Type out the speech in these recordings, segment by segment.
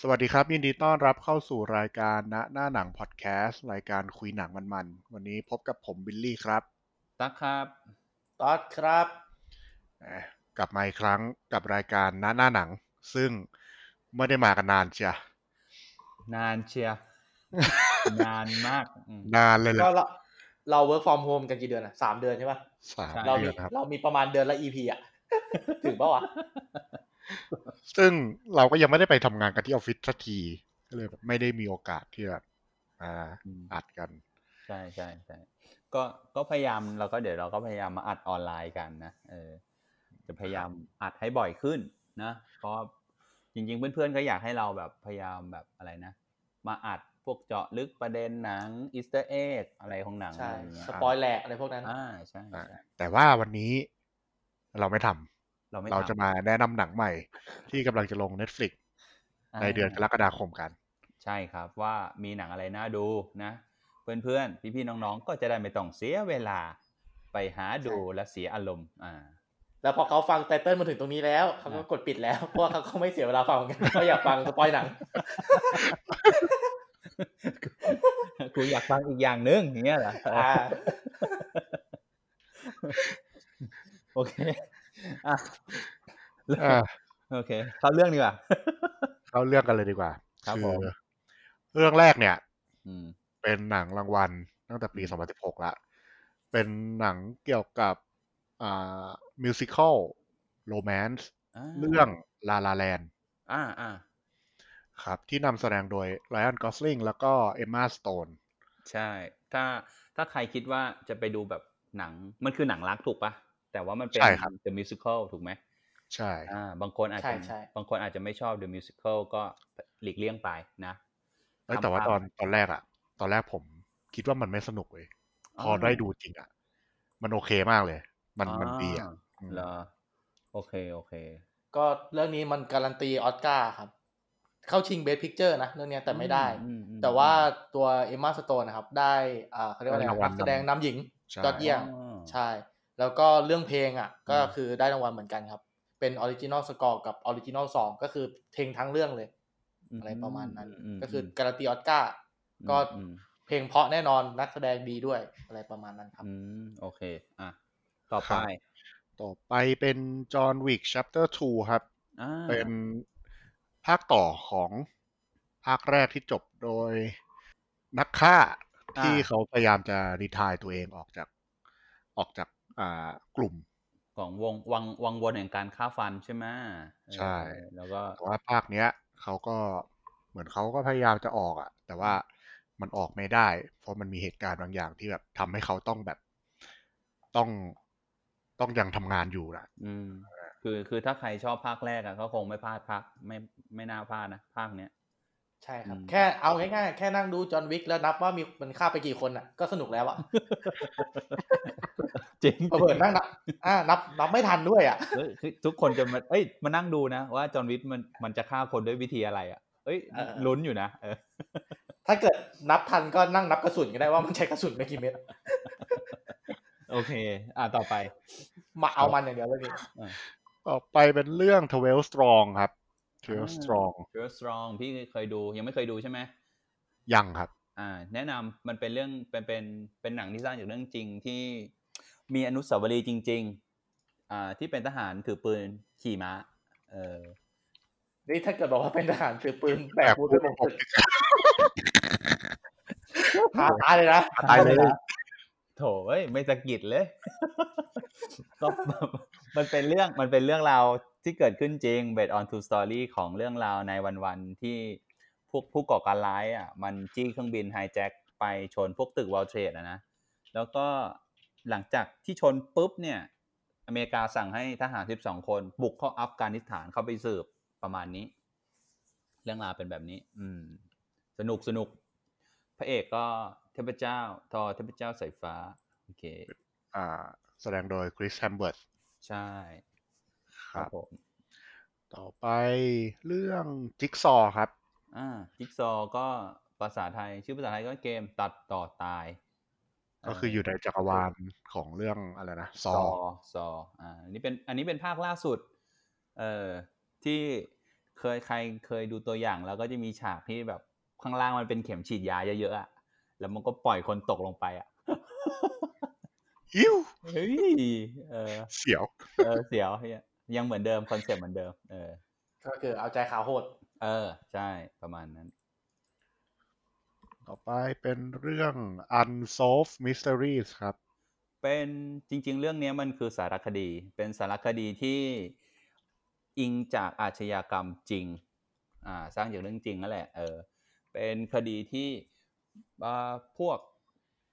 สวัสดีครับ ยินดีต้อนรับเข้าสู่รายการณหน้าหนังพอดแคสต์รายการคุยหนังมันๆ วันนี้พบกับผมบิลลี่ครับ ตักครับ ตอดครับ อ่ะกลับมาอีกครั้งกับรายการณหน้าหนัง ซึ่งไม่ได้มากันนานเชีย นานเชียร์ นานมากอืม นานเลยแห ก็ ละ เราเรา work from home กันกี่เดือนอะสามเดือนใช่ปะ สาม ใช่ เรา เดื มี อนครับ เรามีประมาณเดือนละ EP อ่ะ ถึงปะวะ ซึ่งเราก็ยังไม่ได้ไปทำงานกันที่ออฟฟิศสักทีก็เลยแบบไม่ได้มีโอกาสที่จะมา อืม อัดกัน ใช่ใช่ใช่ก็ก็พยายามเราก็เดี๋ยวเราก็พยายามมาอัดออนไลน์กันนะเออจะพยายามอัดให้บ่อยขึ้นนะเพราะจริงๆเพื่อนๆก็อยากให้เราแบบพยายามแบบอะไรนะ มาอัดพวกเจาะลึกประเด็นหนังอีสเตอร์เอ็กอะไรของหนัง ใช่ อะไรอย่างเงี้ย สปอยแหลกอะไรพวกนั้น อ่าใช่ใช่ แต่ว่าวันนี้เราไม่ทำ เราไม่ เราจะ ทำ มาแนะนำหนังใหม่ ที่กำลังจะลง Netflix ในเดือนก า รกฎาคมกัน ใช่ครับว่ามีหนังอะไรน่าดูนะ เพื่อนๆ พี่ๆ น้องๆ ก็จะได้ไม่ต้องเสียเวลาไปหาดูและเสียอารมณ์อ่า แล้วพอเขาฟังไตเติ้ลมาถึงตรงนี้แล้ว เขาก็ อ่ะ กดปิดแล้ว เพราะว่าเขาก็ไม่เสียเวลาฟังเหมือนกันเขาอยากฟังสปอยหนัง กูอยากฟังอีกอย่างหนึงอย่างเงี้ยเหรอ อ่า โอเคอ่ะ เออ โอเค เข้าเรื่องดีกว่า เข้าเรื่องกันเลยดีกว่า ครับ อ ผม เรื่องแรกเนี่ย อืม เป็นหนังรางวัลตั้งแต่ปี 2016 ละ เป็นหนังเกี่ยวกับอ่ามิวสิคอลโรแมนซ์ อ่า เรื่องลาลาแลน อ่าอ่า ครับ ที่นำแสดงโดยไรอันกอสลิงแล้วก็เอมมาสโตน ใช่ ถ้าถ้าใครคิดว่าจะไปดูแบบหนังมันคือหนังรักถูกปะแต่ว่ามันเป็น ใช่ครับ The Musical ถูกไหม ใช่ อ่าบางคนอาจ ใช่ จะ ใช่ บางคนอาจจะไม่ชอบ The Musical ก็หลีกเลี่ยงไปนะ เอ้ยแต่ว่าตทำภ อนตอนแรกอะตอนแรกผมคิดว่ามันไม่สนุกเว้ยพอได้ดูจริงอะมันโอเคมากเลย มันมันดีอะอืม เหรอโอเคโอเค ก็เรื่องนี้มันการันตีออสการ์ครับ เข้าชิงเบสพิกเจอร์นะ เรื่องเนี้ยแต่ไม่ได้ อืมอืมอืม แต่ว่าตัวเอมมาสโตนนะครับ ได้อ่าเขาเรียกว่าอะไร ได้รางวัล นักแสดงนำหญิง ใช่ ยอดเยี่ยม อ๋อ ใช่ แล้วก็เรื่องเพลงอ่ะ ก็ อืม คือได้รางวัลเหมือนกันครับ เป็นออริจินอลสกอร์กับออริจินอลสองก็คือเพลงทั้งเรื่องเลย ม อะไรประมาณนั้น มม ก็คือการันตีออสการ์ ก็ อืม เพลงเพราะแน่นอนนักแสดงดีด้วยอะไรประมาณนั้นครับ อืมโอเคอ่ะต่อไป ครับ ต่อไปเป็น John Wick Chapter 2 ครับ อ่า เป็นภาคต่อของภาคแรกที่จบโดยนักฆ่า า ที่เขาพยายามจะรีทายตัวเองออกจากออกจากอ่ากลุ่ม ของวงวังวังวนแห่งการฆ่าฟันใช่ไหมเออ ใช่ แล้วก็ แต่ว่าภาคเนี้ยเขาก็เหมือนเขาก็พยายามจะออกอะแต่ว่ามันออกไม่ได้ เพราะมันมีเหตุการณ์บางอย่างที่แบบทำให้เขาต้องแบบต้องต้องยังทำงานอยู่นะ อืมคือคือถ้าใครชอบภาคแรกอะก็คงไม่พลาดภาคไม่ไม่น่าพลาดนะภาคเนี้ย ใช่ครับ อืม แค่เอาง่ายๆ แค่นั่งดูจอห์นวิกแล้วนับว่ามีมันฆ่าไปกี่คนอ่ะ ก็สนุกแล้วอ่ะ จริง เปิดนั่งนับอ่านับนับไม่ทันด้วยอ่ะ เอ้ยคือทุกคนจะมาเอ้ยมานั่งดูนะว่าจอห์นวิทมันมันจะฆ่าคนด้วยวิธีอะไรอ่ะ เอ้ย เออ ลุ้นอยู่นะเออ ถ้าเกิดนับทันก็นั่งนับกระสุนก็ได้ว่ามันใช้กระสุนไปกี่เม็ด โอเค อ่าต่อไป มาเอามันอย่างเดียวเลยนี่ ต่อไปเป็นเรื่อง Twelve Strong ครับ อ่า Twelve Strong Girl Strong พี่เคยดูยังไม่เคยดูใช่ไหม ยังครับ อ่า แนะนำมันเป็นเรื่องเป็นเป็นเป็นหนังที่สร้างจากเรื่องจริงที่มีอนุสาวรีย์จริง ๆ อ่า ที่เป็นทหารถือปืนขี่ม้า เออ นี่ถ้าเกิดบอกว่าเป็นทหารถือปืนแบก แบบ บูธไปบกตึกท้าทายเลยนะ ตายเลย โถเอ้ยไม่สะกิดเลย ก็ มันเป็นเรื่องมันเป็นเรื่องราวที่เกิดขึ้นจริง based on true story ของเรื่องราวในวันวันๆที่พวกผู้ก่อการร้ายอ่ะ มันจี้เครื่องบินไฮแจ็คไปชนพวกตึกวอลเทรดนะ แล้วก็หลังจากที่ชนปุ๊บเนี่ย อเมริกาสั่งให้ทหาร 12 คนบุกเข้าอัฟกานิสถานเข้าไปสืบประมาณนี้ เรื่องราวเป็นแบบนี้ อืม สนุกสนุก พระเอกก็เทพเจ้า ทอเทพเจ้าสายฟ้า โอเค อ่าแสดงโดยคริสแฮมเบิร์ต ใช่ ครับ ผม ต่อไปเรื่องจิ๊กซอว์ครับ อ่าจิ๊กซอว์ก็ภาษาไทย ชื่อภาษาไทยก็เกมตัดต่อตาย ก็คืออยู่ในจักรวาลของเรื่องอะไรนะซ ซ อ อ ว์ ซออ่าอันนี้เป็นอันนี้เป็นภาคล่าสุด เอ่อที่ เคยใครเคยดูตัวอย่างแล้วก็จะมีฉากที่แบบข้างล่างมันเป็นเข็มฉีดยาเยอะๆอะแล้วมันก็ปล่อยคนตกลงไปอะ อิ้ว เฮ้ยเออ เสียว เออเสียวเหี้ยยังเหมือนเดิมคอนเซ็ปต์เหมือนเดิมเออ ก็คือเอาใจขาวโหด เออ ใช่ประมาณนั้น ต่อไปเป็นเรื่อง unsolved mysteries ครับ เป็นจริง ๆ เรื่องเนี้ยมันคือสารคดี เป็นสารคดีที่อิงจากอาชญากรรมจริงอ่าสร้างจากเรื่องจริงนั่นแหละเออเป็นคดีที่อ่าพวก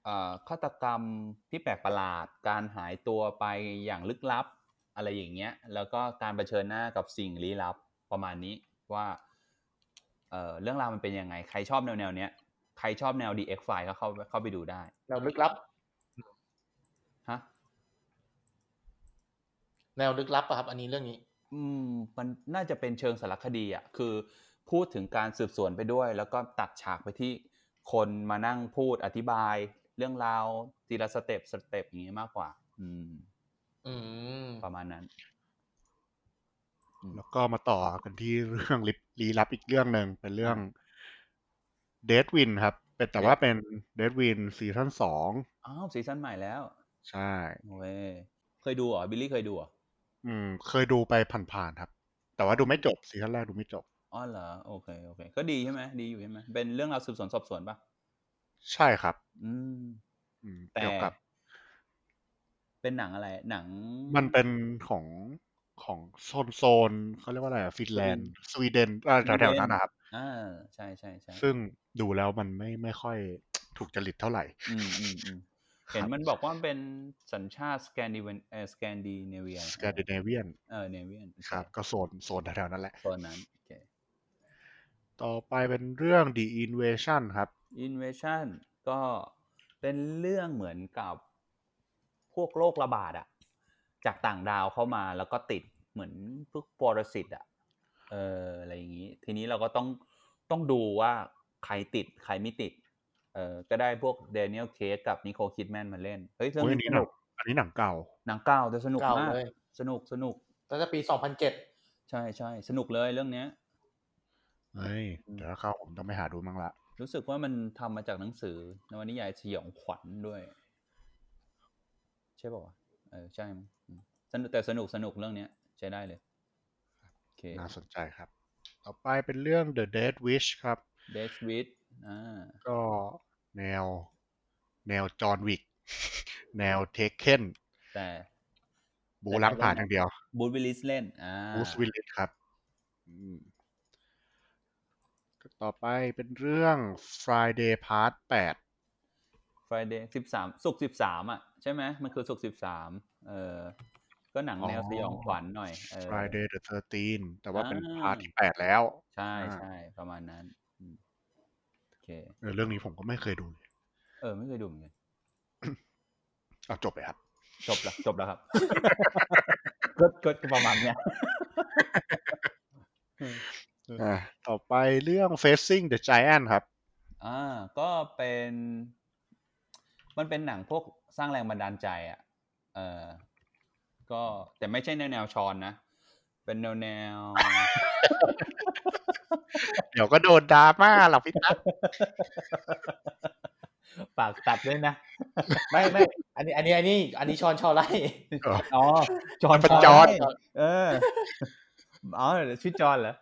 อ่าฆาตกรรมที่แปลกประหลาด การหายตัวไปอย่างลึกลับอะไรอย่างเงี้ย แล้วก็การเผชิญหน้ากับสิ่งลี้ลับประมาณนี้ว่าเออเรื่องราวมันเป็นยังไง ใครชอบแนวแนวๆเนี้ยใครชอบแนว DX File ก็เข้าเข้าไปดูได้ แนวลึกลับ ฮะ แนวลึกลับอะครับ อันนี้เรื่องนี้ อืมมันน่าจะเป็นเชิงสารคดีอ่ะคือพูดถึงการสืบสวนไปด้วย แล้วก็ตัดฉากไปที่คนมานั่งพูดอธิบายเรื่องราวทีละสเต็ปสเต็ปอย่างนี้มากกว่า อืม อืม ประมาณนั้น แล้วก็มาต่อกันที่เรื่อง ลิบลี้ลับอีกเรื่องหนึ่งเป็นเรื่อง Dead Wind ครับ เป็นแต่ว่าเป็น Dead Wind ซีซั่นสอง อ้าวซีซั่นใหม่แล้ว ใช่ โอ้ยเคยดูเหรอบิลลี่เคยดูเหรอ อืม เคยดูไปผ่านๆครับ แต่ว่าดูไม่จบซีซั่นแรกดูไม่จบ อ๋อเหรอโอเคโอเค ก็ดีใช่ไหมดีอยู่ใช่ไหมเป็นเรื่องราวสืบสวนสอบสวนปะ ใช่ครับ อืม อืม แต่ เกี่ยวกับ เป็นหนังอะไร หนัง มันเป็นของของโซนโซนเขาเรียกว่าอะไรอะฟินแลนด์สวีเดนแถวแถวๆนั้นนะครับ อ่าใช่ใช่ใช่ ซึ่งดูแล้วมันไม่ไม่ค่อยถูกจริตเท่าไหร่ อืมอืมอืม เห็นมันบอกว่ามันเป็นสัญชาติสแกนดิเวนเออสแกนดิเนเวีย สแกนดิเนเวียน เออเนเวียน ครับ ก็โซนโซนแถวๆนั้นแหละ ตัวนั้นโอเค ต่อไปเป็นเรื่อง The Invasion ครับ invasion ก็เป็นเรื่องเหมือนกับพวกโรคระบาดอะจากต่างดาวเข้ามาแล้วก็ติดเหมือนพวกปรสิตอะเอออะไรอย่างนี้ ทีนี้เราก็ต้องต้องดูว่าใครติดใครไม่ติดเออก็ได้พวกเดนิเอลเคสกับนิโคคิดแมนมาเล่นเฮ้ยเรื่อง โอ้ยอัน นี้ นี้ ส หนั นุ ง ก อันนี้หนังเก่า หนังเก่าแต่สนุก เก่าม าก เลย สนุกสนุก ตั้งแต่ปีสองพันเจ็ด ใช่ใช่สนุกเลยเรื่องเนี้ย เฮ้ย อืม เดี๋ยวถ้าเข้าผมต้องไปหาดูมั้งละ รู้สึกว่ามันทำมาจากหนังสือนวนิยายสยองขวัญด้วย ใช่ป่าวะเออใช่มั้งอืมสนุกแต่สนุกสนุกเรื่องเนี้ย ใช้ได้เลยโอเค น่าสนใจครับ ต่อไปเป็นเรื่อง The Dead Wish ครับ d e a t h with อ่า ก็แนว แนวจอห์นวิก แนวเทคเคน แต่ บูล้างผ่านอย่างเดียว บูธวิลลิสเล่น อ่า บูสวิลลิสครับอืมต่อไปเป็นเรื่อง Friday Part 8 ฟรายเดย์สิบสามสุกสิบสามอ่ะ ใช่ไหมมันคือสุกสิบสามเออก็หนังแนว อ๋อ สยองขวัญหน่อยเออ Friday the 13 แต่ว่าเป็น อ่า พาร์ทที่ 8 แล้ว ใช่ อ่า ใช่ประมาณนั้นอืมโอเค เออเรื่องนี้ผมก็ไม่เคยดูเลย เออ ไม่เคยดูเหมือนกัน เอาจบเลยครับ จบละจบแล้ว ครับ ก็ก็ประมาณเนี้ย อ่าต่อไปเรื่อง Facing the Giant ครับ อ่า ก็เป็น มันเป็นหนังพวกสร้างแรงบันดาลใจอ่ะ เออก็แต่ไม่ใช่แนวแนวชอนนะ เป็นแนวแนว เดี๋ยวก็โดนดราม่าหรอกพี่ตั๊ก ปากตัดด้วยนะ ไม่ไม่อันนี้อันนี้อันนี้ อันนี้ชอนชอไล่ เออ อ๋อ จอน เป็น ชน จอน เออ อ๋อเดี๋ยวชื่อจอนเหรอ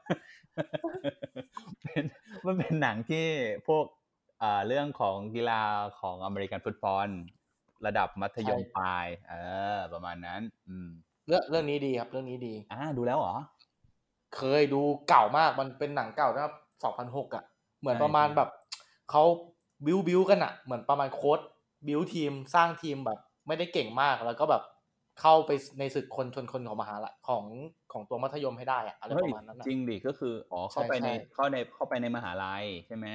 เป็นมันเป็นหนังที่พวกอ่าเรื่องของกีฬาของอเมริกันฟุตบอลระดับมัธยมปลาย เออ ประมาณนั้น อืม เรื่องเรื่องนี้ดีครับ เรื่องนี้ดี อ่า ดูแล้วเหรอ เคยดูเก่ามากมันเป็นหนังเก่าตั้งสองพันหกอ่ะ เหมือน ใช่ ประมาณ ใช่ แบบเขาบิวบิวกันอ่ะ เหมือนประมาณโค้ดบิวทีมสร้างทีมแบบ ไม่ได้เก่งมากแล้วก็แบบเข้าไปในศึกคนชนคนของมหาลัยของของตัวมัธยมให้ได้อะอะไรประมาณนั้นอะ เฮ้ยจริงดิ ก็คือ อ๋อ เข้า ใช่ ไปใน ใช่ เข้าใน เข้าไปในมหาลัยใช่ไหม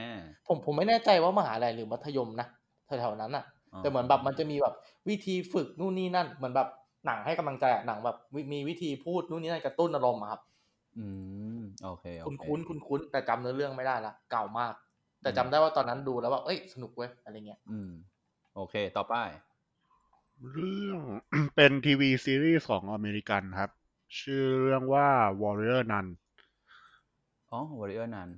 ผมผมไม่แน่ใจว่ามหาลัยหรือมัธยมนะแถวๆนั้นอ่ะ แต่เหมือนแบบมันจะมีแบบวิธีฝึกนู่นนี่นั่น เหมือนแบบหนังให้กำลังใจอะหนังแบบมีมีวิธีพูดนู่นนี่นั่นกระตุ้นอารมณ์อะครับ อืม โอเคโอ คุ้น เค คุ้นคุ้นคุ้นๆแต่จำเนื้อเรื่องไม่ได้ละเก่ามาก แต่จำได้ว่าตอนนั้นดูแล้วว่าเอ้ยสนุกเว้ยอะไรเงี้ย อืม โอเค ต่อไป เรื่อง เป็นทีวีซีรีส์ของอเมริกันครับ ชื่อเรื่องว่า Warrior Nun อ๋อ Warrior Nun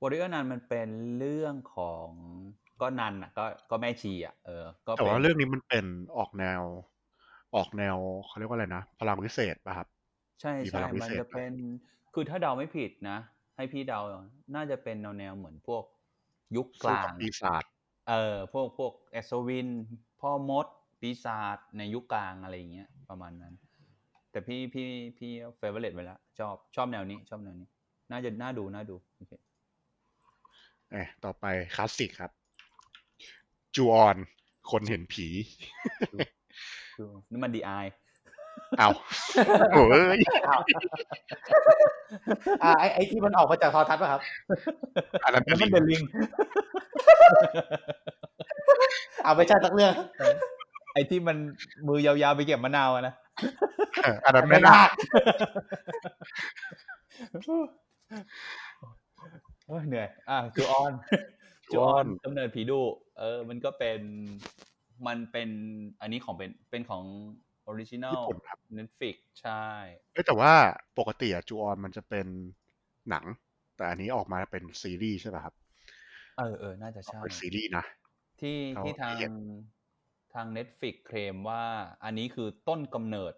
Warrior Nun มันเป็นเรื่องของก็นันอ่ะ ก็ก็แม่ชีอ่ะเออ ก็ แต่ ป็น ว่าเรื่องนี้มันเป็นออกแนว ออกแนวเขาเรียกว่าอะไรนะ พลังวิเศษป่ะครับ ใช่ มีพ ใช่ ลังวิ มัน เศษ จะเป็น คือถ้าเดาไม่ผิดนะ ให้พี่เดา น่าจะเป็นแนวแนวเหมือนพวกยุคก สู้ ลา กับ ง ปีศาจ เออพวกพวกเอสวิน พ่อมด ปีศาจในยุคกลางอะไรอย่างเงี้ยประมาณนั้น แต่พี่พี่พี่เฟเวอร์เรตไปแล้วชอบชอบแนวนี้ ชอบแนวนี้ น่าจะน่าดูน่าดูโอเค เอยต่อไปคลาสสิกครับ จูออน คนเห็นผี คือนี่มันดีไอ เอา โอ้ย อ่าไอไอที่มันออกมาจากโทอทัศน์ป่ะครับ อันนั้น แล้ว ลิ มัน ง เป็นลิง อ่าไม่ใช่สักเรื่อง ไอที่มันมือยาวๆไปเก็บมะนาวอะนะ เอออันนั้นไม่น่า โอ้ยเหนื่อย อ่ะจูอ อน จู จู อ อ อ อน นกำเนิดผีดุเออ มันก็เป็น มันเป็น อันนี้ของเป็น เป็นของออริจิน l ญี่ ล ปุ่นครับ เน็ตฟิกใช่ เอ้ยแต่ว่าปกติอะจูออนมันจะเป็นหนัง แต่อันนี้ออกมาเป็นซีรีส์ใช่ป่ะครับ เออเออ น่าจะ ออก ใช่ เป็นซีรีส์นะ ที่ เอา ที่ทาง ละเอียด ทางเน็ตฟิกเคลมว่า อันนี้คือต้นกำเนิด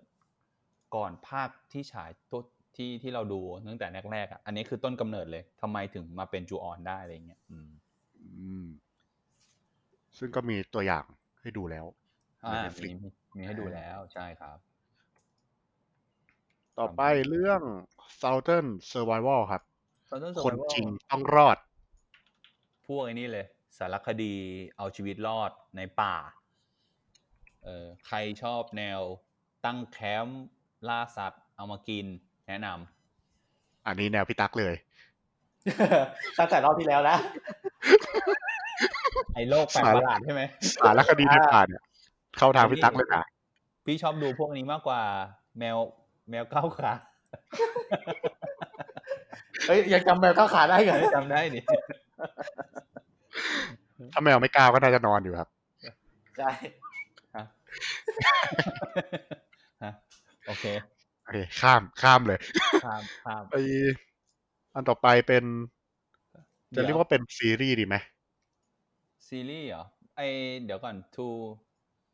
ก่อนภาคที่ฉายตัวที่ที่เราดูตั้งแต่แรกๆอ่ะ อันนี้คือต้นกำเนิดเลยทำไมถึงมาเป็นจูออนได้อะไรอย่างเงี้ยอืม อืม ซึ่งก็มีตัวอย่างให้ดูแล้ว อ่า Netflix มีมีมีให้ดูแล้วใช่ครับ ต่อไปเรื่อง Southern Survival ครับ Southern คน Survival จริงต้องรอด พวกไอ้นี่เลย สารคดีเอาชีวิตรอดในป่า เออใครชอบแนวตั้งแคมป์ล่าสัตว์เอามากินแนะน อันนี้แนวพี่ตั๊กเลย ตั้งแต่รอบที่แล้วแล้ว ำไอ้โลกแปลกประหลาดใช่ไหม สารคดีในป่าเนี่ยเข้าทางพี่ตั๊กเลยนะ พี่ชอบดูพวกนี้มากกว่าแมวแมวเก้าวขา เฮ้ยยังจำแมวเข้าขาได้เหรอ จำได้ดิ ถ้าแมวไม่กล้าวก็น่าจะนอนอยู่ครับ ใช่ ฮะฮะโอเค โอเค ข้ามข้ามเลย ข้ามข้าม ไออันต่อไปเป็น จะเรี ดี๋ ยกว่าเป็นซีรีส์ดีไหม ซีรีส์เหรอไอเดี๋ยวก่อน ทู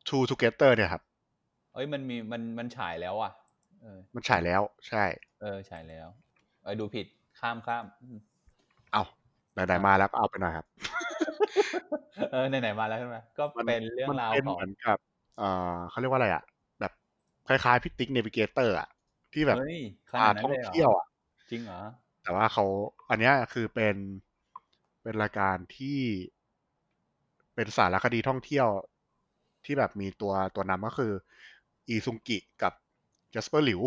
Two Together เนี่ยครับ เอ้ยมันมีมันมันฉายแล้วอ่ะ เออ มันฉายแล้ว ใช่ เออฉายแล้วเออดูผิดข้ามข้าม อืม เอาไหนๆมาแล้วก็เอาไปหน่อยครับ เออไหนๆมาแล้วใช่ไหมก็เป็นเรื่อง มัน ราว เป็น ของ เหมือนกับเอ่อเขาเรียกว่าอะไรอ่ะ แบบคล้ายๆพิติ๊กเนวิเกเตอร์อ่ะ ที่แบบ เฮ้ยข พา นาดนั้น ท่อง เลยเหร เที่ย อ วอ่ะ จริงเหรอ แต่ว่าเขาอันเนี้ยคือเป็นเป็นรายการที่เป็นสารคดีท่องเที่ยว ที่แบบมีตัวตัวนำก็คือ อีซุงกิกับจ a สเปอร์หลิว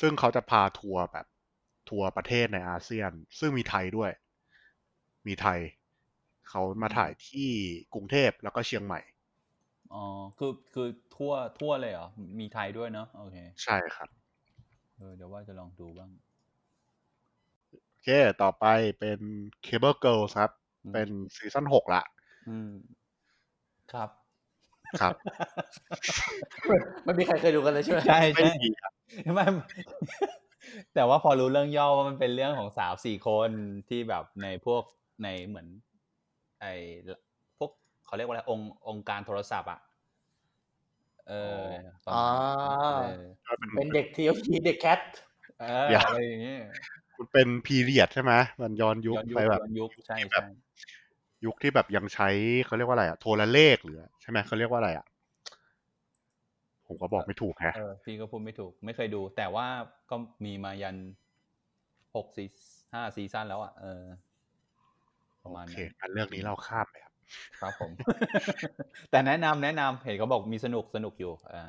ซึ่งเขาจะพาทัวร์แบบทัวร์ประเทศในอาเซียน ซึ่งมีไทยด้วย มีไทย เขามาถ่ายที่กรุงเทพแล้วก็เชียงใหม่ อ๋อคือคือทั่วทั่วเลยเหรอมีไทยด้วยเนาะโอเค ใช่ครับ เออเดี๋ยวว่าจะลองดูบ้าง โอเค ต่อไปเป็น Cable Girls ครับ อืม เป็นซีซั่นหกละ อืม ครับ ครับ ไม่มีใครเคยดูกันเลยใช่ไหม ใช่ ไม่ ใช่ มีครับ ไม่แต่ว่าพอรู้เรื่องย่อว่ามันเป็นเรื่องของสาวสี่คนที่แบบในพวกในเหมือน ไอพวกเขาเรียกว่าอะไรองค์องค์การโทรศัพท์อ่ะเออประ อ่า มาณนั้นเออ เป็นเด็กทีโอทีเด็กแคท เออย่อา อะไรอย่างเงี้ย มันเป็นพีเรียดใช่ไหม มันย้อนยุค ย้อนยุค ไปแบบ ย้อนยุคใช่ ที่แบบ ใช่ ยุคที่แบบยังใช้เขาเรียกว่าอะไรอะโทรเลขหรือ ใช่ไหมเขาเรียกว่าอะไรอะผมก็บอกไม่ถูกแฮะ เออพี่ก็พูดไม่ถูก ไม่เคยดู แต่ว่าก็มีมายันหกซีห้าซีซั่นแล้วอ่ะเออ ประมาณ โอเค นั้น อันเรื่องนี้เราข้ามไปครับ ครับผม แต่แนะนำแนะนำเห็นเขาบอกมีสนุกสนุกอยู่อ่า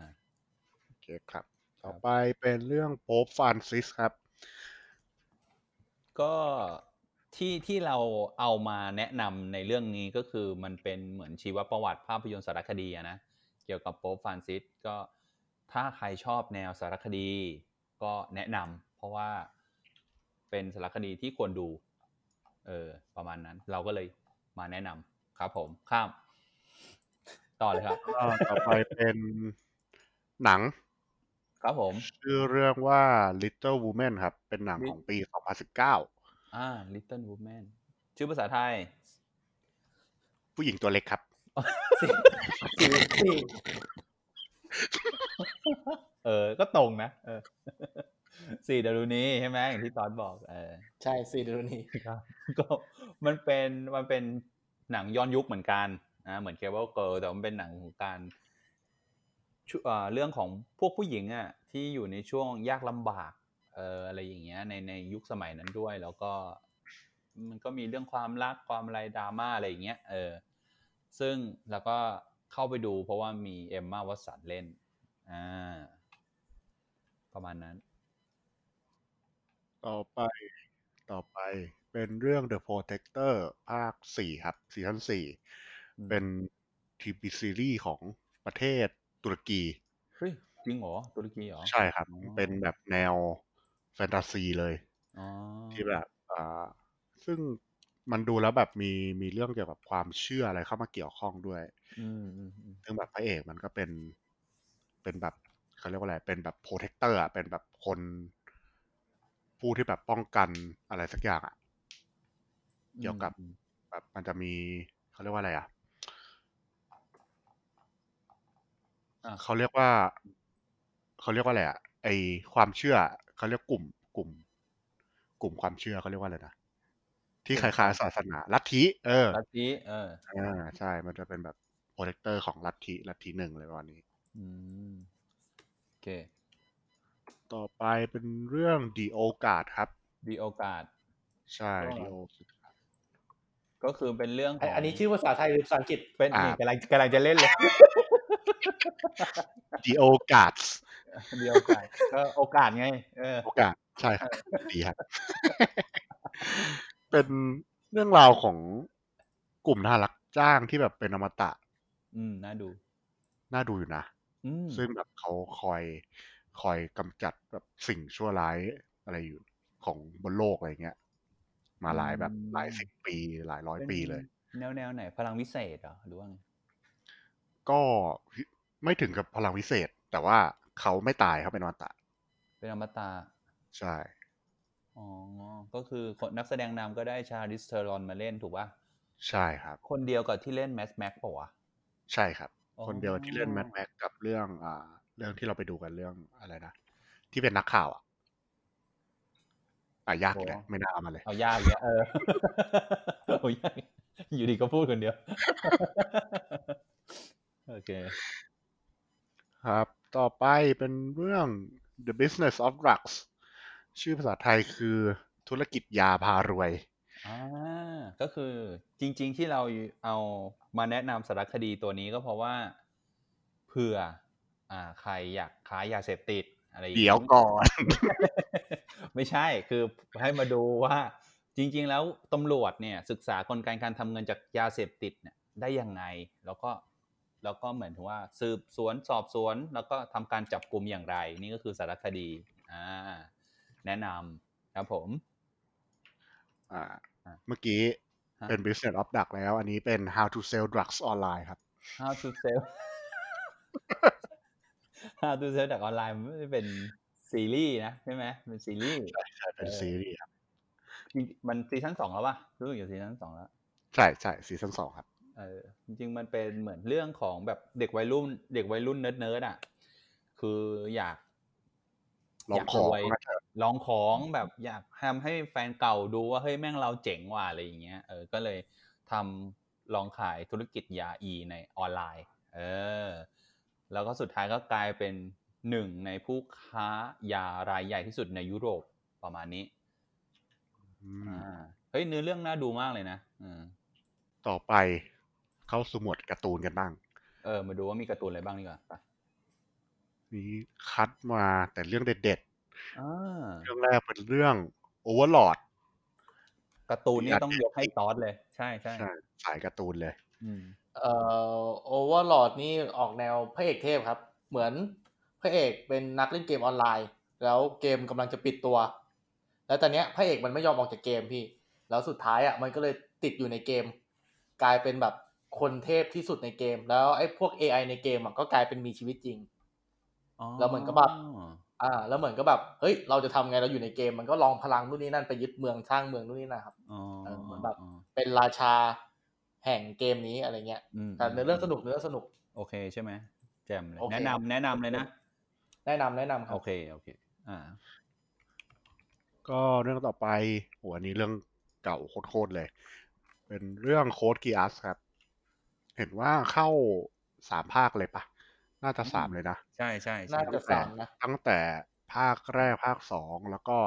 โอเคครับ ต่อไปเป็นเรื่องโป๊ปฟรานซิสครับ ก็ที่ที่เราเอามาแนะนำในเรื่องนี้ก็คือมันเป็นเหมือนชีวประวัติภาพยนตร์สารคดีอะนะ เกี่ยวกับโป๊ปฟรานซิสก็ถ้าใครชอบแนวสารคดีก็แนะนำเพราะว่าเป็นสารคดีที่ควรดู เออ ประมาณนั้น เราก็เลยมาแนะนำครับผมข้าม ต่อเลยครับ ก็ต่อไปเป็นหนัง ครับผม ชื่อเรื่องว่า Little Women ครับ เป็นหนังของปี 2019 อ่า Little Woman ชื่อภาษาไทย ผู้หญิงตัวเล็กครับ สี่สี่สี่ เออ ก็ตรงนะ เออ สี่เดรูนี้ใช่ไหมอย่างที่ตอนบอก เออ ใช่สี่เดูนี่ ก็มันเป็นมันเป็นหนังย้อนยุคเหมือนกันนะเหมือนเคเบิลเกิร์ลแต่มันเป็นหนังของการชุเอ่อเรื่องของพวกผู้หญิงอ่ะที่อยู่ในช่วงยากลำบากเอ่ออะไรอย่างเงี้ยในในยุคสมัยนั้นด้วย แล้วก็มันก็มีเรื่องความรักความอะไรดราม่าอะไรอย่างเงี้ยเออซึ่งแล้วก็เข้าไปดูเพราะว่ามีเอมมาวัตสันเล่นอ่าประมาณนั้น ต่อไป ต่อไป เป็นเรื่อง The Protector ภาคสี่ครับซีซั่นสี่ อืม เป็นทีวีซีรีส์ของประเทศตุรกี เฮ้ยจริงเหรอตุรกีเหรอ ใช่ครับ อ๋อ เป็นแบบแนวแฟนตาซีเลย อ๋อ ที่แบบอ่าซึ่งมันดูแล้วแบบมีมีเรื่องเกี่ยวกับความเชื่ออะไรเข้ามาเกี่ยวข้องด้วย อืมอืมอืม ซึ่งแบบพระเอกมันก็เป็นเป็นแบบเขาเรียกว่าอะไร เป็นแบบโปรเทคเตอร์อะเป็นแบบคนผู้ที่แบบป้องกันอะไรสักอย่างอะ เกี่ยวกับ อืม แบบมันจะมีเขาเรียกว่าอะไรอ่ะ อ่ะ เขาเรียกว่าเขาเรียกว่าอะไรอ่ะไอความเชื่อเขาเรียกกลุ่มกลุ่ม กลุ่มความเชื่อเขาเรียกว่าอะไรนะที่คล้ายๆศาสนาลัทธิเออ ลัทธิเออ อ่าใช่ มันจะเป็นแบบโปรเทคเตอร์ของลัทธิลัทธิหนึ่งเลยวันนี้ อืมโอเค ต่อไปเป็นเรื่องดีโอกาสครับ ดีโอกาส ใช่ ก็ ดีโอ ก็คือเป็นเรื่องข ไอ้ อง อันนี้ชื่อภาษาไทยหรือภาษาอังกฤษ เป็น อ่า นี่กำลังกำลังจะเล่นเลย ดีโอกาส ดีโอกาสก็โอกาสไง เออ โอกาสใช่ครับดีครับ เป็นเรื่องราวของกลุ่มน่ารักจ้างที่แบบเป็นอมตะ อืมน่าดู น่าดูอยู่นะ อืม ซึ่งแบบเขาคอยคอยกำจัดแบบสิ่งชั่วร้ายอะไรอยู่ของบนโลกอะไรเงี้ย มาหลายแบบหลายสิบปีหลายร้อยปีเลย นแนวแนวไหน พลังวิเศษเหรอหรือว่าไง ก็ไม่ถึงกับพลังวิเศษ แต่ว่าเขาไม่ตายเขาเป็นอมตะ เป็นอมตะ ใช่ อ๋อก็คือคนนักแสดงนำก็ได้ชาริสเทอรอนมาเล่นถูกป่ะ ใช่ครับ คนเดียวกับที่เล่นแมสแม็กป่าวะ ใช่ครับ อ๋อ คนเดียวที่เล่นแมทแม็กกับเรื่องอ่า เรื่องที่เราไปดูกันเรื่องอะไรนะที่เป็นนักข่าวอ่ะอ่ะยากอยู่แหละไม่น่าเอามาเลย เอายากเนี่ยเอ อ เอายากอยู่ดีก็พูดคนเดียว โอเค ครับ ต่อไปเป็นเรื่อง The Business of Drugs ชื่อภาษาไทยคือธุรกิจยาพารวย อ่า ก็คือจริง ๆ ที่เราเอามาแนะนำสารคดีตัวนี้ก็เพราะว่าเผื่อ อ่า ใครอยากค้ายาเสพติดอะไรอย่างนี้ เดี๋ยวก่อน ไม่ใช่คือให้มาดูว่า จริง ๆ แล้วตำรวจเนี่ย ศึกษากลไกการทำเงินจากยาเสพติดเนี่ยได้ยังไง แล้วก็แล้วก็เหมือนถึงว่า สืบสวนสอบสวน แล้วก็ทำการจับกลุ่มอย่างไร นี่ก็คือสารคดีอ่าแนะนำครับผม อ่า เมื่อกี้ ฮะ เป็น Business of Drugs แล้ว อันนี้เป็น How to Sell Drugs Online ครับ How to sell How to sell จากออนไลน์มันไม่ได้เป็นซีรีส์นะใช่ไหมเป็นซีรีส์ ใช่เป็น เออ ซีรีส์ครับ จริงมันซีซั่นสองแล้วป่ะรู้สึกอยู่ซีซั่นสองแล้ว ใช่ใช่ซีซั่นสองครับ เออจริงๆมันเป็นเหมือนเรื่องของแบบเด็กวัยรุ่น เด็กวัยรุ่นเนิร์ดเนิร์ดๆอ่ะคืออยาก ลองของ ยากรวย มาเถอะ ลองของแบบอยากทำให้แฟนเก่าดูว่าเฮ้ยแม่งเราเจ๋งว่ะอะไรอย่างเงี้ยเออก็เลยทำลองขายธุรกิจยาอีในออนไลน์เออแล้วก็สุดท้ายก็กลายเป็นหนึ่งในผู้ค้ายารายใหญ่ที่สุดในยุโรปประมาณนี้ อืม อ่าเฮ้ยเนื้อเรื่องน่าดูมากเลยนะอืม ต่อไปเข้าสหมวดการ์ตูนกันบ้าง เออมาดูว่ามีการ์ตูนอะไรบ้างดีกว่าไป นี้คัดมาแต่เรื่องเด็ด อ่า ๆ เรื่องแรกเป็นเรื่อง Overlord การ์ตูนนี่ต้องยกให้ซอสเลย ใช่ใช่ ใช่สายการ์ตูนเลย อืม เอ่อโอเวอร์ลอดนี่ออกแนวพระเอกเทพครับ เหมือนพระเอกเป็นนักเล่นเกมออนไลน์ แล้วเกมกำลังจะปิดตัว แล้วตอนเนี้ยพระเอกมันไม่ยอมออกจากเกมพี่ แล้วสุดท้ายอ่ะมันก็เลยติดอยู่ในเกม กลายเป็นแบบคนเทพที่สุดในเกม แล้วไอ้พวก AI ในเกมอ่ะก็กลายเป็นมีชีวิตจริง แล้วเหมือนกับแบบ อ่า แล้วเหมือนก็แบบเฮ้ยเราจะทำไงเราอยู่ในเกมมันก็ลองพลังนู่นนี่นั่นไปยึดเมืองสร้างเมืองนู่นนี่นะครับ อ๋อ เออเหมือนแบบ เป็นราชาแห่งเกมนี้อะไรเงี้ย อืม แต่เนื้อเรื่องสนุกเนื้อเรื่องสนุก โอเคใช่ไหมแจ่มเลย โอเค แนะนำ ครับ แนะนำเลยนะ แนะนำแนะนำครั โอบ เคโอเค อ่า ก็เรื่องต่อไปโหอัวนี้เรื่องเก่าโคตรๆเลย เป็นเรื่องโค้ดกีอัสครับ เห็นว่าเข้าสามภาคเลยปะ น่าจะสามเลยนะ ใช่ใช่ใช่ น่าจะสามนะ ตั้งแต่ภาคแรกภาคสองแล้วก็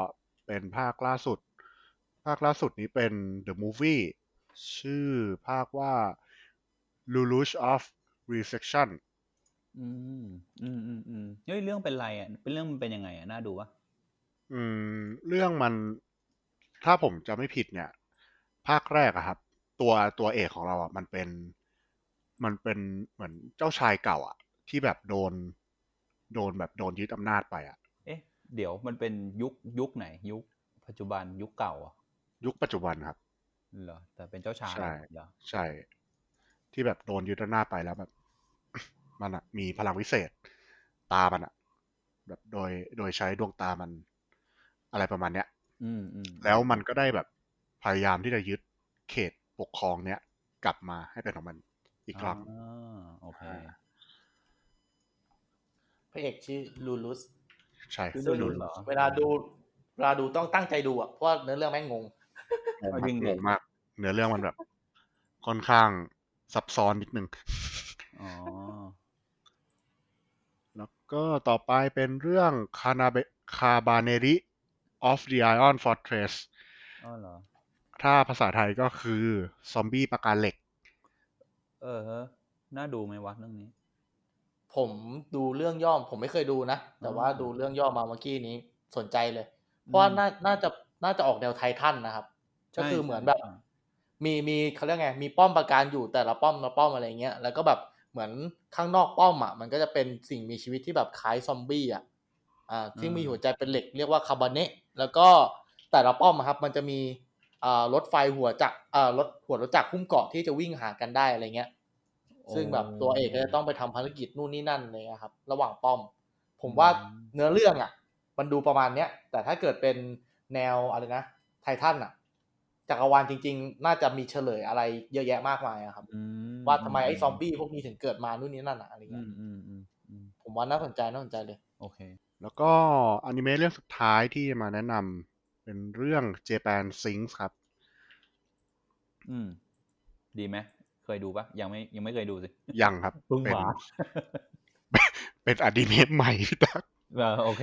เป็นภาคล่าสุด ภาคล่าสุดนี้เป็น The Movie ชื่อภาคว่า Lelouch of Resection อืมอืมอืมอืมเฮ้ยเรื่องเป็นไรอ่ะเป็นเรื่องมันเป็นยังไงอ่ะน่าดูวะ อืมเรื่องมันถ้าผมจะไม่ผิดเนี่ย ภาคแรกอะครับ ตัวตัวเอกของเราอะมันเป็นมันเป็นเหมือนเจ้าชายเก่าอะที่แบบโดน โดนแบบโดนยึดอำนาจไปอะ เอ๊ะ เดี๋ยวมันเป็นยุคยุคไหน ยุคปัจจุบันยุคเก่าอ่ะ ยุคปัจจุบันครับ เหรอแต่เป็นเจ้าชาย ใช่ เหรอ ใช่ ที่แบบโดนยึดอำนาจไปแล้วแบบ มันอะมีพลังวิเศษ ตามันอะแบบโดยโดยใช้ดวงตามัน อะไรประมาณเนี้ย อืมอืม แล้วมันก็ได้แบบพยายามที่จะยึดเขตปกครองเนี้ยกลับมาให้เป็นของมันอีกครั้ง อ่าโอเค อ่า พระเอกชื่อลูลุส ใช่ คือ ซึ่ง โดยหลุดเหรอ เวลาดูเวลาดูต้องตั้งใจดูอ่ะเพราะว่าเนื้อเรื่องแม่งงง งง เอา มาก ยิง ง เลย งมาก เนื้อเรื่องมันแบบ ค่อนข้างซับซ้อนนิดนึง อ๋อ แล้วก็ต่อไปเป็นเรื่องคานาเบคาบาเนริ of the Iron Fortress อ๋อเหรอ ถ้าภาษาไทยก็คือซอมบี้ประการเหล็ก เออฮะน่าดูไหมวะเรื่องนี้ ผมดูเรื่องย่อม ผมไม่เคยดูนะ แต่ว่า อ๋อ ดูเรื่องย่อมาเมื่อกี้นี้สนใจเลย เพราะว่าน่าน่าจะน่าจะออกแนวไททันนะครับ ใช่ ก็คือเหมือนแบบ ใช่ มีมีเขาเรียกไงมีป้อมประการอยู่แต่ละป้อมละป้อมอะไรเงี้ยแล้วก็แบบเหมือนข้างนอกป้อมอ่ะมันก็จะเป็นสิ่งมีชีวิตที่แบบคล้ายซอมบี้อ่ะอ่าที่มีหัวใจเป็นเหล็กเรียกว่าคาร์บอนเนตแล้วก็แต่ละป้อมอะครับ มันจะมีอ่ารถไฟหัวจักรอ่ารถหัวรถจักรหุ้มเกาะที่จะวิ่งหากันได้อะไรเงี้ย โอ้ ซึ่งแบบตัวเอกก็จะต้องไปทำภารกิจนู่นนี่นั่นอะไรเลยครับ ระหว่างป้อม ผมว่าเนื้อเรื่องอ่ะ มันดูประมาณเนี้ย แต่ถ้าเกิดเป็นแนวอะไรนะ ไททันอ่ะ จักรวาลจริง ๆ น่าจะมีเฉลยอะไรเยอะแยะมากมายอะครับ อืม ว่าทำไมไอ้ซอมบี้พวกนี้ถึงเกิดมานู่นนี่นั่นอะอะไร อื เงี้ย มอืมอืมอืม ผมว่าน่าสนใจน่าสนใจเลย โอเค แล้วก็อนิเมะเรื่องสุดท้ายที่จะมาแนะนำเป็นเรื่อง Japan Sings ครับ อืม ดีไหมเคยดูปะยังไม่ยังไม่เคยดูสิ ยังครับ เพิ่ง เป็น มา เป็นอนิเมะใหม่ พี่ตั๊ก เออโอเค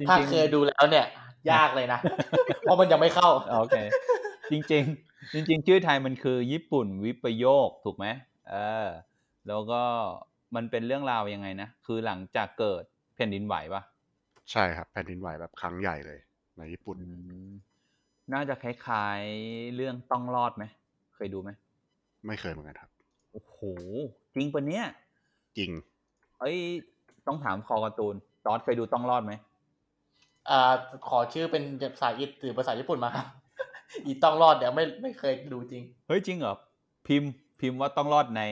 จริงๆ ถ้าเคยดูแล้วเนี่ย ยากเลยนะ เพราะมันยังไม่เข้า โอเค จริง ๆ จริง ๆ ชื่อไทยมันคือญี่ปุ่นวิปโยคถูกไหมเออ แล้วก็มันเป็นเรื่องราวยังไงนะ คือหลังจากเกิดแผ่นดินไหวปะ ใช่ครับ แผ่นดินไหวแบบครั้งใหญ่เลย ในญี่ปุ่น อืมน่าจะคล้ายๆเรื่องต้องรอดไหม เคยดูไหม ไม่เคยเหมือนกันครับ โอ้โห จริงปะเนี่ย จริง เอ้ย ต้องถามคอการ์ตูนจอร์ดเคยดูต้องรอดไหม อ่าขอชื่อเป็นภาษาอิตหรือภาษาญี่ปุ่นมาครับ อีต้องรอดเนี่ยไม่ไม่เคยดูจริง เฮ้ย จริงเหรอ พิมพ์ พิมพ์ว่าต้องรอดใน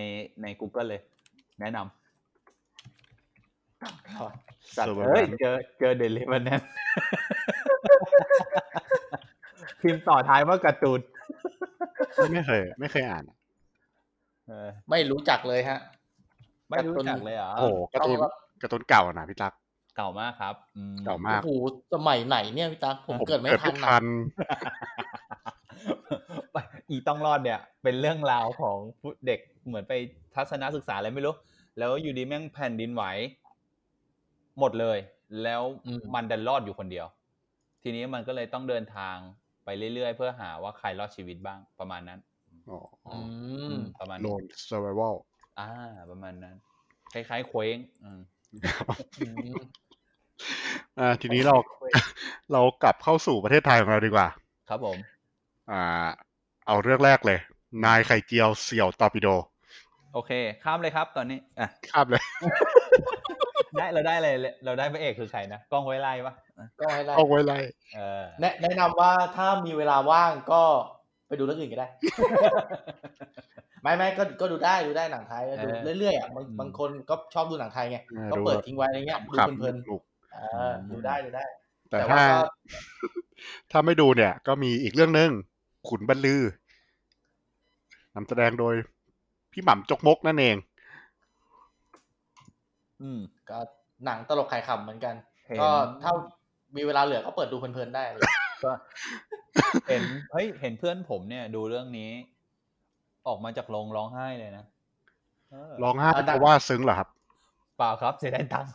ใน Google เลย แนะนำสัตว์ Survivor เอ้ย เจอเจอเดลิเวอร์แน พิมพ์ต่อท้ายว่าการ์ตูน ไม่เคย ไม่เคยอ่าน เออ ไม่รู้จักเลยฮะ ไม่รู้จักเลยเหรอ โอ้โหการ์ตูน ต้องรอด การ์ตูนเก่านะพี่ตั๊ก เก่ามากครับอืม เก่ามาก โอ้โหสมัยไหนเนี่ยพี่ตั๊กผมเกิดไม่ทันนะ ทัน อีต้องรอดเนี่ย เป็นเรื่องราวของผู้เด็กเหมือนไปทัศนศึกษาอะไรไม่รู้ แล้วอยู่ดีแม่งแผ่นดินไหว หมดเลย แล้วมันดันรอดอยู่คนเดียว ทีนี้มันก็เลยต้องเดินทางไปเรื่อยๆ เพื่อหาว่าใครรอดชีวิตบ้างประมาณนั้น อ๋อ อืม อืมประมาณ โล นั้น น survival อ่า ประมาณนั้น คล้ายๆเคว้งอืม อ่าทีนี้เรา เรากลับเข้าสู่ประเทศไทยของเราดีกว่า ครับผม อ่า เอาเรื่องแรกเลย นายไข่เจียวเสี่ยวตอร์ปิโด โอเค ข้ามเลยครับตอนนี้อ่ะ ครับเลย ได้เราได้เลยเราได้พระเอกคือใครนะกล้องไว้ไล่ปะ ก็ให้ได้ เอาไว้ไร เออ แนะแนะนำว่าถ้ามีเวลาว่างก็ไปดูเรื่องอื่นก็ได้ ไม่ไม่ก็ก็ดูได้ดูได้หนังไทยดู เออ เรื่อยๆอ่ะบาง อืม บางคนก็ชอบดูหนังไทยไง ก็เปิดทิ้งไว้อะไรเงี้ยดู ครับ เพลิน ถูก ๆเออดูได้ดูได้ แต่ แต่ว่า ถ้า ก็ ถ้าไม่ดูเนี่ย ก็มีอีกเรื่องหนึ่งขุนบรรลือนำแสดงโดยพี่หม่ำจกมกนั่นเอง อืม ก็หนังตลกขายขำเหมือนกัน เห็น ก็ถ้ามีเวลาเหลือก็เปิดดูเพลินๆได้เลย ก็เห็นเฮ้ยเห็นเพื่อนผมเนี่ย ดูเรื่องนี้ ออกมาจากโรงร้องไห้เลยนะเออ ร้องไห้เพราะว่าซึ้งเหรอครับ เปล่าครับเสียดายตังค์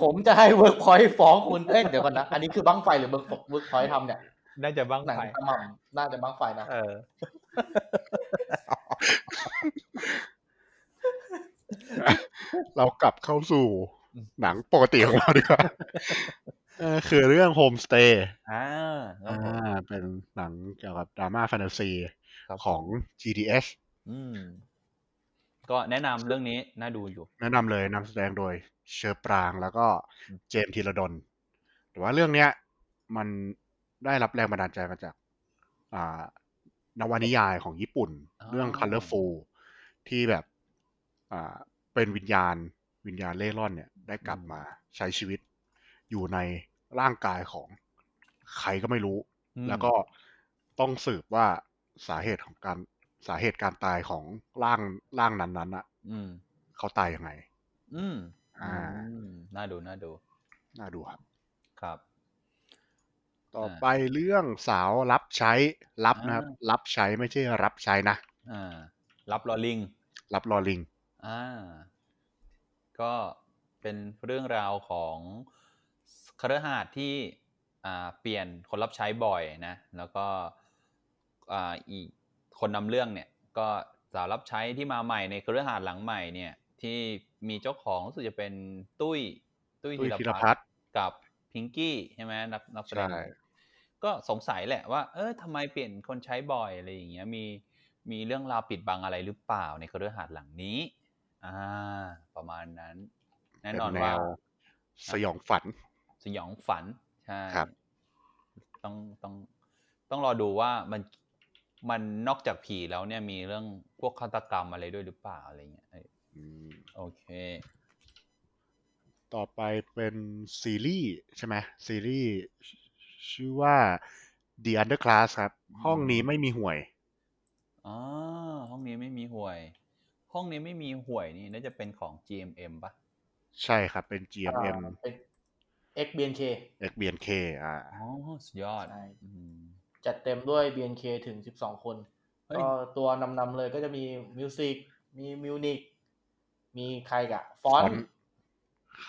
ผมจะให้เวิร์กพอยต์ฟ้องคุณเอ้ยเดี๋ยวก่อนนะอันนี้คือบังไฟหรือเวิร์กเวิร์กพอยต์ทำเนี่ย น่าจะบ้าง หนัง ไฟ ตะหม่ำน่าจะบังไฟนะ เออ เรากลับเข้าสู่หนังปกติของเราดีกว่า เออคือเรื่องโฮมสเตย์ อ่าครับผม เป็นหนังเกี่ยวกับดราม่าแฟนตาซี ครับ ของ GDS อืม ก็แนะนำเรื่องนี้น่าดูอยู่ แนะนำเลยนำแสดงโดยเชอปรางแล้วก็เจมส์ธีรดลแต่ว่าเรื่องเนี้ย มันได้รับแรงบันดาลใจมาจาก อ่านวนิยายของญี่ปุ่น อ๋อ เรื่อง Colorful ที่แบบ อ่า เป็นวิญญาณ วิญญาณเล่ร่อนเนี่ย ได้กลับมาใช้ชีวิต อยู่ในร่างกายของใครก็ไม่รู้ อืม แล้วก็ต้องสืบว่าสาเหตุของการสาเหตุการตายของร่างร่างนั้นๆอ่ะ อืม เขาตายยังไง อืม อ่า อืมน่าดูน่าดู น่าดูครับ ครับ ต่อไปเรื่องสาวรับใช้รับนะครับ รับใช้ไม่ใช่รับใช้นะ อ่า รับลอลิง รับรอลิง อ่า ก็เป็นเรื่องราวของคฤหาสน์ที่อ่าเปลี่ยนคนรับใช้บ่อยนะ แล้วก็อ่าอีกคนนำเรื่องเนี่ย ก็สาวรับใช้ที่มาใหม่ในคฤหาสน์หลังใหม่เนี่ย ที่มีเจ้าของรู้สึกจะเป็นตุ้ย ตุ้ยธีร ฒน์ พัฒน์ กับพิงกี้ใช่ไหมนักนักแสดง ใช่ ก็สงสัยแหละว่า เออทำไมเปลี่ยนคนใช้บ่อยอะไรอย่างเงี้ยมีมีเรื่องราวปิดบังอะไรหรือเปล่าในคฤหาสน์หลังนี้ อ่า ประมาณนั้น แน่ เป็น นอน แน ว่า วสยองฝัน สยองฝันใช่ ครับ ต้องต้องต้องรอดูว่ามันมันนอกจากผีแล้วเนี่ยมีเรื่องพวกฆาตกรรมอะไรด้วยหรือเปล่าอะไรเงี้ยเออ อืม โอเค ต่อไปเป็นซีรีส์ใช่ไหมซีรีส์ชื่อว่า The Underclass ครับ ห้องนี้ไม่มีห่วย อ๋อห้องนี้ไม่มีห่วย ห้องนี้ไม่มีห่วยนี่น่าจะเป็นของ GMM ปะ ใช่ครับ เป็น เอ่ GMM อเป็น XBNK XBNK อ่า อ๋อสุดยอด ใช่ อืม จัดเต็มด้วย BNK ถึง 12 คน เฮ้ย ก็ตัวนำๆเลยก็จะมีมิวสิกมีมิวนิกมีใครกะฟอน Font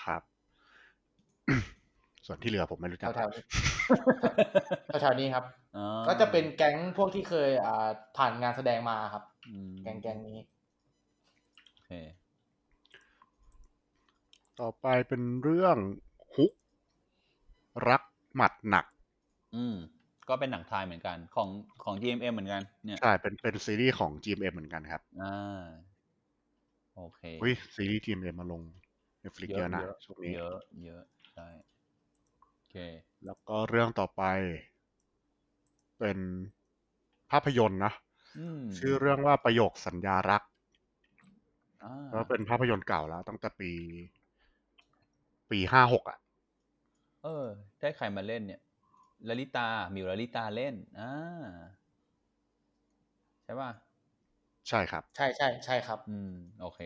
ครับ ส่วนที่เหลือผมไม่รู้จัก แถวๆแถวๆนี้ครับ อ๋อ ก็จะเป็นแก๊งพวกที่เคยอ่าผ่านงานแสดงมาครับ อืม แก๊งแก๊งนี้ โอเค ต่อไปเป็นเรื่องฮุก รักหมัดหนัก อืม ก็เป็นหนังไทยเหมือนกัน ของของ GMM เหมือนกัน เนี่ย ใช่เป็นเป็นซีรีส์ของ GMM เหมือนกันครับ อ่าโอเค อุ้ยซีรีส์ GMM มาลง Netflix เยอะนะ เยอะ ช่วงนี้ เยอะเยอะใช่โอเค แล้วก็เรื่องต่อไป เป็นภาพยนตร์นะ อืม ชื่อเรื่องว่าประโยคสัญญารัก อ่า ก็เป็นภาพยนตร์เก่าแล้ว ตั้งแต่ปี ปีห้าหกอ่ะ เออ ได้ใครมาเล่นเนี่ยลลิตาหมิวลลิตาเล่นอ่าใช่ป่ะ ใช่ครับ ใช่ใช่ใช่ครับ อืม โอเค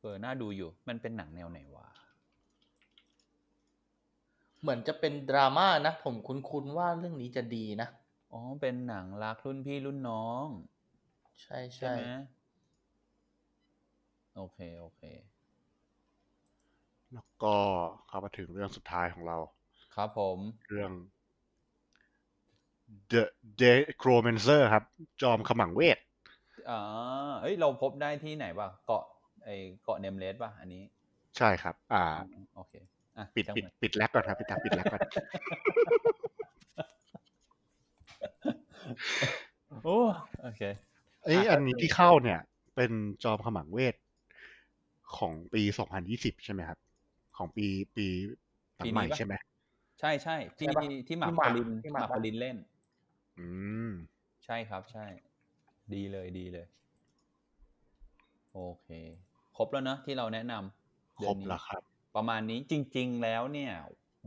เออน่าดูอยู่ มันเป็นหนังแนวไหนวะ เหมือนจะเป็นดราม่านะ ผมคุ้นๆว่าเรื่องนี้จะดีนะ อ๋อ เป็นหนังรักรุ่นพี่รุ่นน้อง ใช่ ใช่ ใช่ ไหมโอเค โอเค แล้วก็เข้ามาถึงเรื่องสุดท้ายของเรา ครับผม เรื่อง The Necromancer ครับ จอมขมังเวท อ่าเอ้ย เราพบได้ที่ไหนป่ะ เกาะไอเกาะเนมเลสป่ะ อันนี้ ใช่ครับ อ่า โอเค อ่ะ ปิด ช่าง ปิด มัน ปิดแล็กก่อนครับปิดแล็กปิดแล็กก่อน โอ้โอเค เอ้ย อ่ะ อันนี้ที่เข้าเนี่ย เป็นจอมขมังเวท ของปีสองพันยี่สิบใช่ไหมครับ ของปีปีหลังใหม่ ปีนี้ปะ ใช่ไหม ใช่ใช่ที่ที่หมากปรินที่หมากปรินเล่น อืม ใช ช่ครับใช่ ดีเลยดีเลย โอเค ครบแล้วเนอะที่เราแนะนำ ค เดื ร อบ นนี้ แล้วครับ ประมาณนี้จริง ๆ แล้วเนี่ย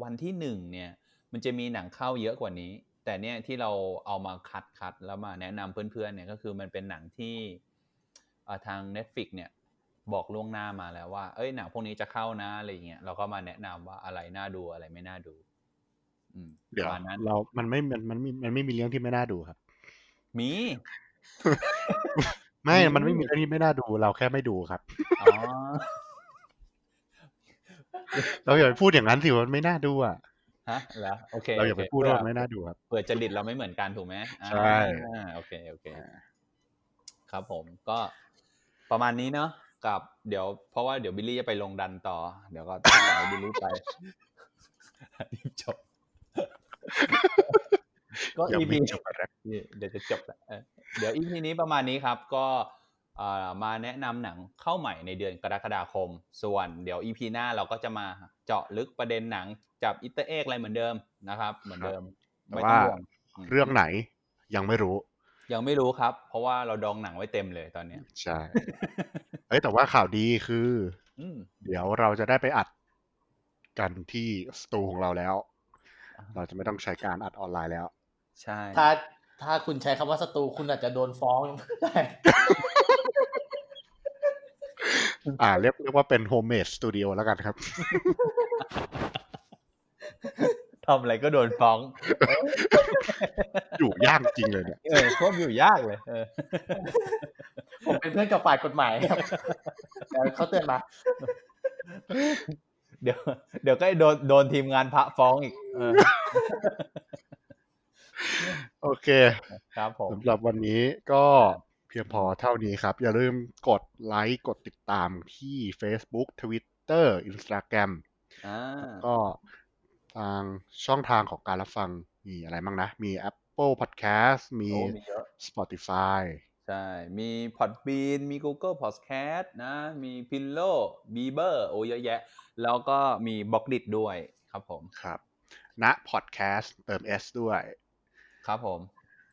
วันที่หนึ่งเนี่ย มันจะมีหนังเข้าเยอะกว่านี้ แต่เนี่ยที่เราเอามาคัดคัดแล้วมาแนะนำเพื่อนๆเนี่ยก็คือมันเป็นหนังที่เอ่อทาง Netflix เนี่ยบอกล่วงหน้ามาแล้วว่าเอ้ยหนังพวกนี้จะเข้านะอะไรอย่างเงี้ยเราก็มาแนะนำว่าอะไรน่าดูอะไรไม่น่าดู อืม เดี๋ยวประมาณนั้น เรา มันไม่ มันมันมันไม่มีเรื่องที่ไม่น่าดูครับ มี ไม่ มี มันไม่มีเรื่องที่ไม่น่าดู เราแค่ไม่ดูครับ อ๋อ เราอย่าไปพูดอย่างนั้นสิว่ามันไม่น่าดูอ่ะ ฮะเหรอโอเค เราอย่าไป โค พูดว่ามัน เ ไม่น่าดูครับ เปิดจริตเราไม่เหมือนกันถูกไหมอ่า ใช่ โอเค โอเค ครับผมก็ประมาณนี้เนาะกับเดี๋ยวเพราะว่าเดี๋ยวบิลลี่จะไปลงดันต่อ เดี๋ยวก็ต้องปล่อยให้บิลลี่ไป รีบจบ ก็ ยัง EP ไม่จบอะไร นี่เดี๋ยวจะจบแล้วเออเดี๋ยว EP นี้ประมาณนี้ครับ ก็เอ่อมาแนะนำหนังเข้าใหม่ในเดือนกรกฎาคม ส่วนเดี๋ยว EP หน้าเราก็จะมาเจาะลึกประเด็นหนังจับอิตเตอร์เอกอะไรเหมือนเดิมนะครับ เหมือนเดิม ครับ ไม่ต้อง แต่ว่า ห่วงอืม เรื่องไหนยังไม่รู้ ยังไม่รู้ครับ เพราะว่าเราดองหนังไว้เต็มเลยตอนเนี้ย ใช่ เอ้ยแต่ว่าข่าวดีคือ อืม เดี๋ยวเราจะได้ไปอัดกันที่สตูของเราแล้ว อ่า เราจะไม่ต้องใช้การอัดออนไลน์แล้ว ใช่ ถ้าถ้าคุณใช้คำว่าศัตรูคุณอาจจะโดนฟ้อง ได้ อ่าเรียกเรียกว่าเป็นโฮมเมดสตูดิโอแล้วกันครับ ทำอะไรก็โดนฟ้อง อยู่ยากจริงเลยเนี่ย เออควบอยู่ยากเลยเออ ผมเป็นเพื่อนกับฝ่ายกฎหมาย ครับแต่เขาเตือนมา เดี๋ยว เดี๋ยวก็โดนโดนทีมงานพระฟ้องอีกเออ โอเค ครับผม สำหรับวันนี้ก็เพียงพอเท่านี้ครับ อย่าลืมกดไลค์กดติดตามที่ Facebook Twitter Instagram อ่า ก็ทางช่องทางของการรับฟังมีอะไรบ้างนะ มี Apple Podcast มี โอ้มีเยอะ Spotify ใช่ มีพอดบีนมี Google Podcast นะ มีพิลโลบีเบอร์โอ้เยอะแยะ แล้วก็มีบล็อกดิดด้วยครับผม ครับ ณ Podcast เติม S ด้วย ครับผม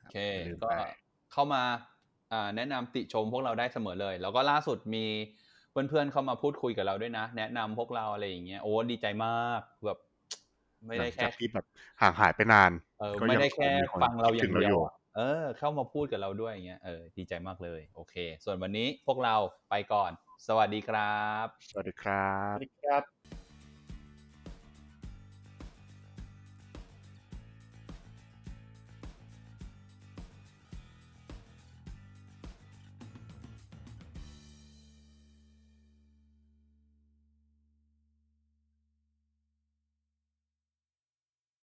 โอเค อย่าลืม ก็ ไป เข้ามาอ่าแนะนำติชมพวกเราได้เสมอเลย แล้วก็ล่าสุดมีเพื่อนๆเข้ามาพูดคุยกับเราด้วยนะ แนะนำพวกเราอะไรอย่างเงี้ยโอ้ดีใจมากแบบ ไม่ หลั ได้ ง แค่ จากที่แบบห่างหายไปนาน เออ ก็ยัง ไม่ได้แค่ฟังเราอย่าง คิดถึง เดี เรา ย อยู่ วอะเออ เข้ามาพูดกับเราด้วยอย่างเงี้ยเออดีใจมากเลย โอเค ส่วนวันนี้พวกเราไปก่อน สวัสดีครับ สวัสดีครั ส บ วัสดีครับ